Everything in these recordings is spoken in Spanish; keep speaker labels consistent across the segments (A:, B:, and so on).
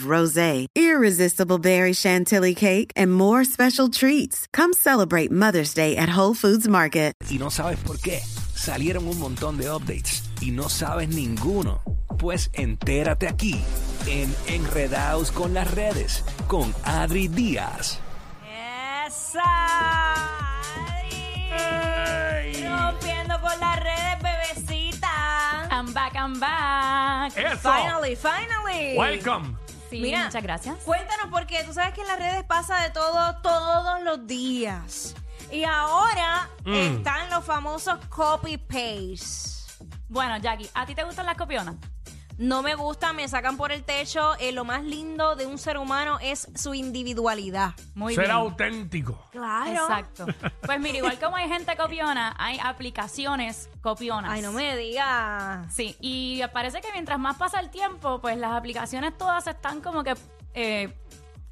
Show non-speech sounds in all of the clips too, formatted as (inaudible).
A: rosé, irresistible berry chantilly cake, and more special treats. Come celebrate Mother's Day at Whole Foods Market.
B: y no sabes por qué. Salieron un montón de updates y no sabes ninguno. Pues entérate aquí, en Enredados con las redes, con Adri Díaz.
C: ¡Esa! Adri. Rompiendo por las redes, bebecita.
D: I'm back, I'm back.
E: Eso.
C: Finally, finally.
E: Welcome.
D: Sí,
C: Mira.
D: muchas gracias.
C: Cuéntanos porque tú sabes que en las redes pasa de todo todos los días. Y ahora
E: Mm.
C: están los famosos copy paste.
D: Bueno, Jackie, ¿a ti te gustan las copionas?
C: No me gusta, me sacan por el techo. Eh, lo más lindo de un ser humano es su individualidad.
D: Muy
E: Ser
D: bien.
E: auténtico.
C: Claro.
D: Exacto. Pues mira, igual como hay gente copiona, hay aplicaciones copionas.
C: Ay, no me digas.
D: Sí, y parece que mientras más pasa el tiempo, pues las aplicaciones todas están como que eh,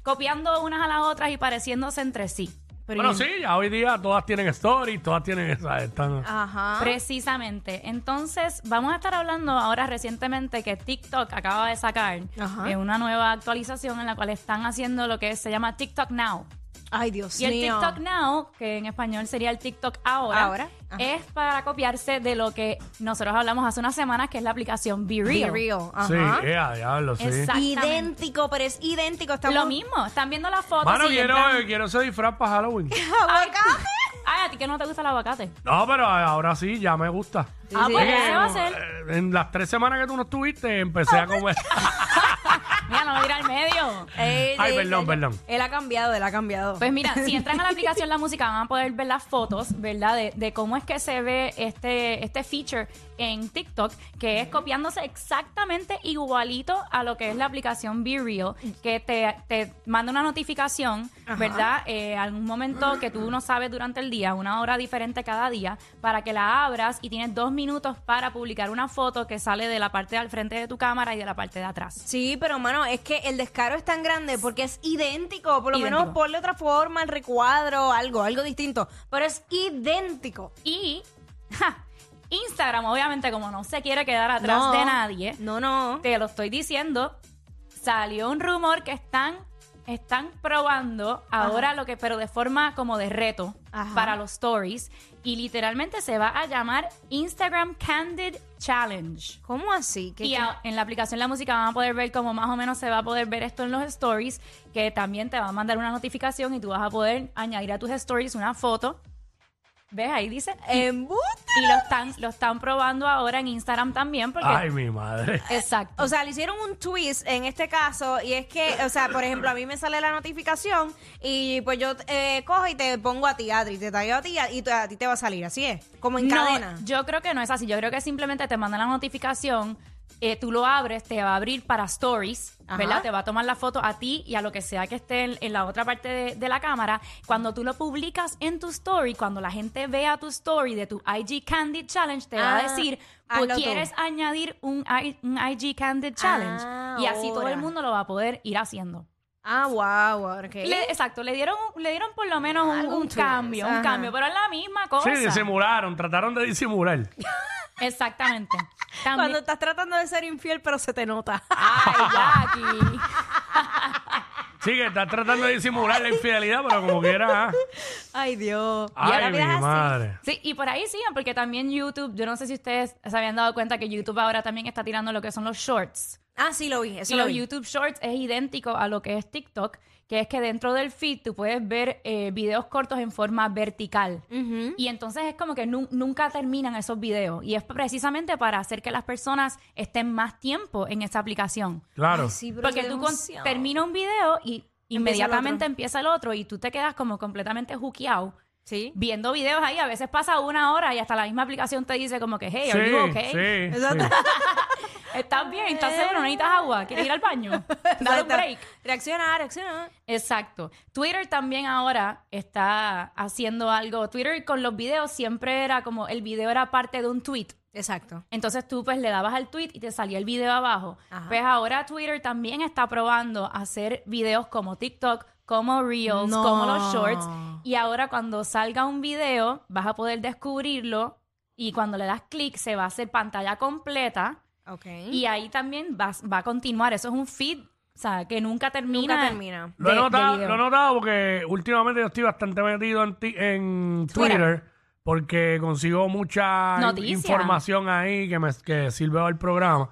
D: copiando unas a las otras y pareciéndose entre sí. Pero
E: Bueno, sí, ya hoy día todas tienen stories, todas tienen esas. Están...
C: Ajá.
D: Precisamente. Entonces, vamos a estar hablando ahora recientemente que TikTok acaba de sacar
C: Ajá.
D: eh, una nueva actualización en la cual están haciendo lo que se llama TikTok Now.
C: Ay, Dios
D: Y el
C: mío.
D: TikTok Now, que en español sería el TikTok ahora,
C: Ahora, ajá.
D: es para copiarse de lo que nosotros hablamos hace unas semanas, que es la aplicación Be Real.
C: Be real.
E: Sí,
C: Ajá.
E: ea, diablo, sí.
D: Ah, Exacto. Exactamente.
C: Idéntico, pero es idéntico. Estamos
D: Lo mismo, están viendo las fotos.
E: Mano,
D: y
E: quiero,
D: entran-
E: eh, quiero ese disfraz para Halloween.
C: aguacate.
D: Ay, (laughs) a ti que no te gusta el aguacate.
E: No, pero eh, ahora sí, ya me gusta.
D: ah,
C: sí.
D: pues
E: Es
D: ya
E: que,
D: se va a hacer.
E: eh, En las tres semanas que tú no estuviste, empecé
D: (laughs)
E: a comer.
D: Mira, no me tira al medio.
C: Ey,
E: Ay,
C: ey,
E: perdón,
C: ey,
E: perdón.
C: Él ha cambiado, él ha cambiado.
D: Pues mira, si entran a la aplicación La Música van a poder ver las fotos, ¿verdad? De, de cómo es que se ve este, este feature en TikTok, que es copiándose exactamente igualito a lo que es la aplicación Be Real, que te, te manda una notificación, ¿verdad? Eh, algún momento que tú no sabes durante el día, una hora diferente cada día, para que la abras y tienes dos minutos para publicar una foto que sale de la parte del frente de tu cámara y de la parte de atrás.
C: sí, pero mano, es que el descaro es tan grande porque es idéntico. Por lo menos
D: Idéntico.
C: ponle otra forma, el recuadro, algo, algo distinto. Pero es idéntico.
D: Y ja, Instagram, obviamente, como no se quiere quedar atrás
C: No,
D: de nadie,
C: No, no.
D: te lo estoy diciendo, salió un rumor que están, están probando ahora lo que, pero de forma como de reto
C: Ajá.
D: para los stories. Y literalmente se va a llamar Instagram Candid Challenge.
C: ¿Cómo así? ¿Qué-
D: Y
C: qué?
D: a- en la aplicación La Música van a poder ver cómo más o menos se va a poder ver esto en los stories, que también te va a mandar una notificación y tú vas a poder añadir a tus stories una foto. ¿Ves? Ahí dice.
C: Embuste.
D: Y lo están, lo están probando ahora en Instagram también porque...
E: Ay, mi madre.
D: Exacto.
C: O sea, le hicieron un twist en este caso y es que, o sea, por ejemplo, a mí me sale la notificación y pues yo eh, cojo y te pongo a ti, Adri, te traigo a ti y tú- a ti te va a salir, así es, como en
D: No,
C: cadena.
D: Yo creo que no es así. Yo creo que simplemente te mandan la notificación, eh, tú lo abres, te va a abrir para stories,
C: Ajá.
D: ¿verdad? Te va a tomar la foto a ti y a lo que sea que esté en, en la otra parte de, de la cámara. Cuando tú lo publicas en tu story, cuando la gente vea tu story de tu IG Candid Challenge, te va
C: Ah,
D: a decir, pues
C: hazlo tú.
D: quieres añadir un, I- un IG Candid Challenge.
C: Ah,
D: y así todo
C: ahora.
D: el mundo lo va a poder ir haciendo.
C: Ah, wow, ok.
D: Le- exacto, le dieron, le dieron por lo menos un,
C: Algún
D: un
C: twist,
D: cambio,
C: ajá.
D: un cambio, pero es la misma cosa.
E: Sí, disimularon, trataron de disimular.
C: (laughs)
D: Exactamente. También-
C: Cuando estás tratando de ser infiel, pero se te nota.
D: Ay, Jackie.
E: Sí, que estás tratando de disimular la infidelidad, pero como quiera. ah.
C: Ay, Dios.
E: Ay, mi
C: miras así.
E: madre.
D: Sí, y por ahí sigan, porque también YouTube, yo no sé si ustedes se habían dado cuenta que YouTube ahora también está tirando lo que son los shorts.
C: Ah, sí, lo vi, eso
D: y
C: lo
D: los
C: vi.
D: YouTube Shorts es idéntico a lo que es TikTok, que es que dentro del feed tú puedes ver eh, videos cortos en forma vertical. Y entonces es como que nu- nunca terminan esos videos. Y es precisamente para hacer que las personas estén más tiempo en esa aplicación.
E: Claro.
C: Sí, pero
D: Porque
C: qué
D: tú con-
C: demasiado.
D: termina un video y
C: el
D: inmediatamente
C: otro.
D: empieza el otro y tú te quedas como completamente juqueado
C: Sí.
D: viendo videos ahí. A veces pasa una hora y hasta la misma aplicación te dice como que, hey, are you okay?
E: sí,
C: Exacto.
E: sí.
D: ¿Estás bien? ¿Estás seguro? ¿No necesitas agua? ¿Quieres ir al
C: (laughs)
D: baño? Dale un
C: Eh. Exacto.
D: break.
C: Reacciona, reacciona.
D: Exacto. Twitter también ahora está haciendo algo. Twitter con los videos siempre era como el video era parte de un tweet.
C: Exacto.
D: Entonces tú pues le dabas al tweet y te salía el video abajo.
C: Ajá.
D: Pues ahora Twitter también está probando hacer videos como TikTok, como Reels,
C: No.
D: como los Shorts. Y ahora cuando salga un video vas a poder descubrirlo y cuando le das clic se va a hacer pantalla completa
C: Ok.
D: y ahí también vas- va, a continuar. Eso es un feed, o sea, que nunca termina.
C: Nunca termina.
E: Lo he,
D: de- de
E: notado,
D: video.
E: lo he notado porque últimamente yo estoy bastante metido en, ti- en Twitter.
D: Twitter.
E: porque consigo mucha in-
D: Noticia.
E: información ahí que me que sirve al programa.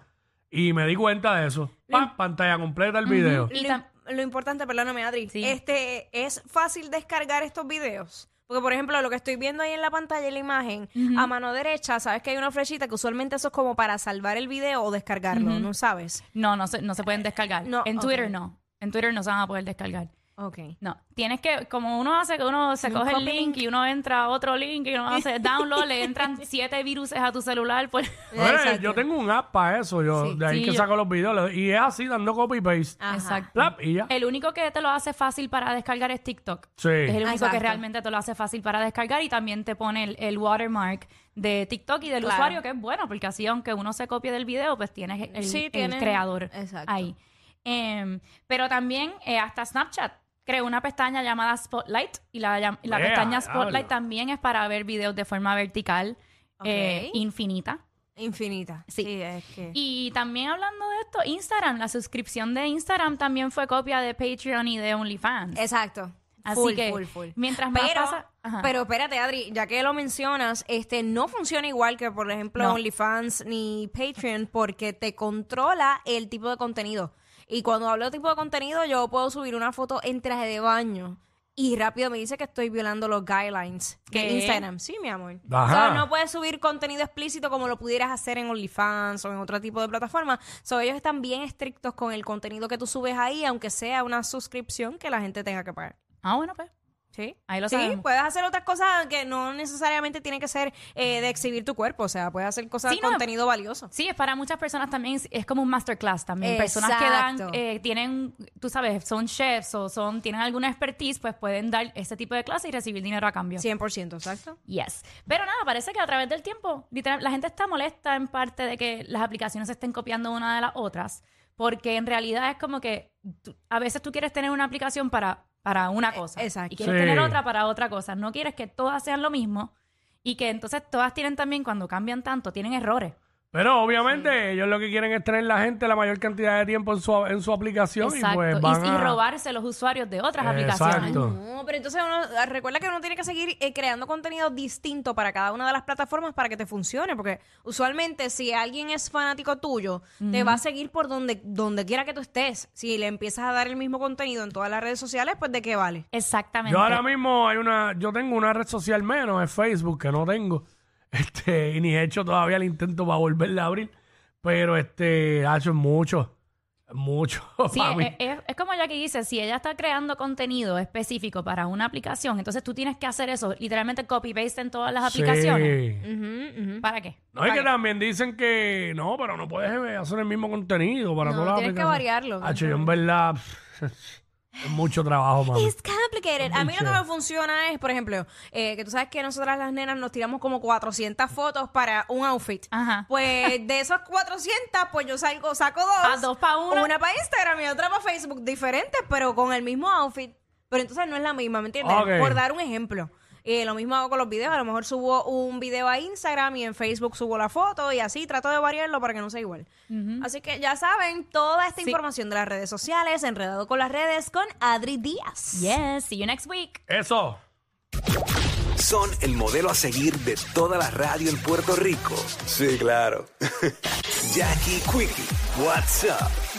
E: Y me di cuenta de eso.
D: Mm.
E: Pam, pantalla completa el video.
D: Y
C: lo,
D: tam-
C: lo importante, perdóname, Adri,
D: Sí.
C: este es fácil descargar estos videos. Porque, por ejemplo, lo que estoy viendo ahí en la pantalla, en la imagen, a mano derecha, sabes que hay una flechita que usualmente eso es como para salvar el video o descargarlo, ¿no sabes?
D: No, no se, no se pueden descargar.
C: No,
D: en
C: ok.
D: Twitter no. En Twitter no se van a poder descargar.
C: Ok.
D: No, tienes que, como uno hace que uno se
C: Un
D: coge
C: copy
D: el link y uno entra a otro link y uno
C: (laughs)
D: hace download, le entran siete viruses a tu celular. Por...
E: Oye, yo tengo un app para eso. Yo,
D: Sí.
E: de ahí
D: Sí,
E: que
D: yo-
E: saco los videos. le doy- Y es así, dando copy-paste.
C: Ajá.
D: Exacto.
E: Plap, y ya.
D: El único que te lo hace fácil para descargar es TikTok.
E: Sí.
D: Es el único
C: Exacto.
D: que realmente te lo hace fácil para descargar y también te pone el, el watermark de TikTok y del
C: Claro.
D: usuario, que es bueno, porque así aunque uno se copie del video, pues tienes el,
C: Sí,
D: el
C: tienen-
D: creador
C: exacto.
D: ahí. Em, pero también eh, hasta Snapchat creó una pestaña llamada Spotlight y la, llam- la
E: Ea,
D: pestaña Spotlight
E: diablo.
D: también es para ver videos de forma vertical eh,
C: Ok.
D: infinita.
C: Infinita. Sí.
D: Sí.
C: es que.
D: Y también hablando de esto, Instagram, la suscripción de Instagram también fue copia de Patreon y de OnlyFans.
C: Exacto.
D: Así
C: Eh, Full,
D: que,
C: full, full.
D: mientras más
C: pero,
D: pasa- ajá.
C: pero espérate, Adri, ya que lo mencionas, este no funciona igual que, por ejemplo,
D: No.
C: OnlyFans ni Patreon, porque te controla el tipo de contenido. Y cuando hablo de tipo de contenido, yo puedo subir una foto en traje de baño y rápido me dice que estoy violando los guidelines de
D: ¿Qué?
C: Instagram. Sí, mi amor.
E: Ajá.
C: O sea, no puedes subir contenido explícito como lo pudieras hacer en OnlyFans o en otro tipo de plataforma. So, ellos están bien estrictos con el contenido que tú subes ahí, aunque sea una suscripción que la gente tenga que pagar.
D: Ah, bueno, pues.
C: Sí,
D: Ahí lo
C: sí, pues,
D: sabemos.
C: puedes hacer otras cosas que no necesariamente tienen que ser eh, de exhibir tu cuerpo, o sea, puedes hacer cosas
D: Sí,
C: de
D: no.
C: contenido valioso.
D: Sí, es para muchas personas también, es- es como un masterclass también. Personas que
C: Exacto.
D: dan, eh, tienen, tú sabes, son chefs o son, tienen alguna expertise, pues pueden dar este tipo de clases y recibir dinero a cambio.
C: 100%, exacto.
D: Yes. Pero nada, parece que a través del tiempo, literal, la gente está molesta en parte de que las aplicaciones se estén copiando una de las otras, porque en realidad es como que tú- a veces tú quieres tener una aplicación para, para una cosa.
C: Eh, exacto.
D: Y quieres
E: Sí.
D: tener otra para otra cosa. No quieres que todas sean lo mismo y que entonces todas tienen también, cuando cambian tanto, tienen errores.
E: Pero obviamente ellos lo que quieren es tener la gente la mayor cantidad de tiempo en su, en su aplicación y
D: Exacto.
E: pues
D: Y-
E: van
D: y,
E: a-
D: robarse los usuarios de otras
E: Exacto.
D: aplicaciones.
C: No, pero entonces uno ah, recuerda que uno tiene que seguir eh, creando contenido distinto para cada una de las plataformas para que te funcione, porque usualmente si alguien es fanático tuyo, te va a seguir por donde donde quiera que tú estés. Si le empiezas a dar el mismo contenido en todas las redes sociales, pues de qué vale.
D: Exactamente.
E: Yo ahora mismo hay una, yo tengo una red social menos, es Facebook, que no tengo. (laughs) Este, y ni he hecho todavía el intento para volverla a abrir. Pero este, ha hecho mucho. Mucho (laughs)
D: Sí, eh,
E: para mí.
D: es, es- es como ya que dice, si ella está creando contenido específico para una aplicación, entonces tú tienes que hacer eso, literalmente copy-paste en todas las aplicaciones.
E: Sí.
D: ¿Para qué?
E: No, es que también dicen que no, pero no puedes eh, hacer el mismo contenido para
C: No,
E: todas las
C: tienes que
E: aplicaciones.
C: variarlo.
E: Hacho, yo en verdad (laughs) es mucho trabajo, mami.
C: It's complicated. A mí lo que me funciona es, por ejemplo, eh, que tú sabes que nosotras las nenas nos tiramos como 400 fotos para un outfit.
D: Ajá. (laughs)
C: Pues de esas 400, pues yo salgo, saco dos.
D: Ah, dos pa' una.
C: Una para Instagram y otra para Facebook, diferentes, pero con el mismo outfit. Pero entonces no es la misma, ¿me entiendes?
E: Ok.
C: Por dar un ejemplo. Eh, lo mismo hago con los videos. A lo mejor subo un video a Instagram y en Facebook subo la foto y así trato de variarlo para que no sea igual. Así que ya saben, toda esta
D: Sí.
C: información de las redes sociales, enredado con las redes, con Adri Díaz.
D: Yes, see you next week.
E: Eso.
B: Son el modelo a seguir de toda la radio en (laughs) Puerto Rico. Sí, claro. Jackie Quickie, what's up?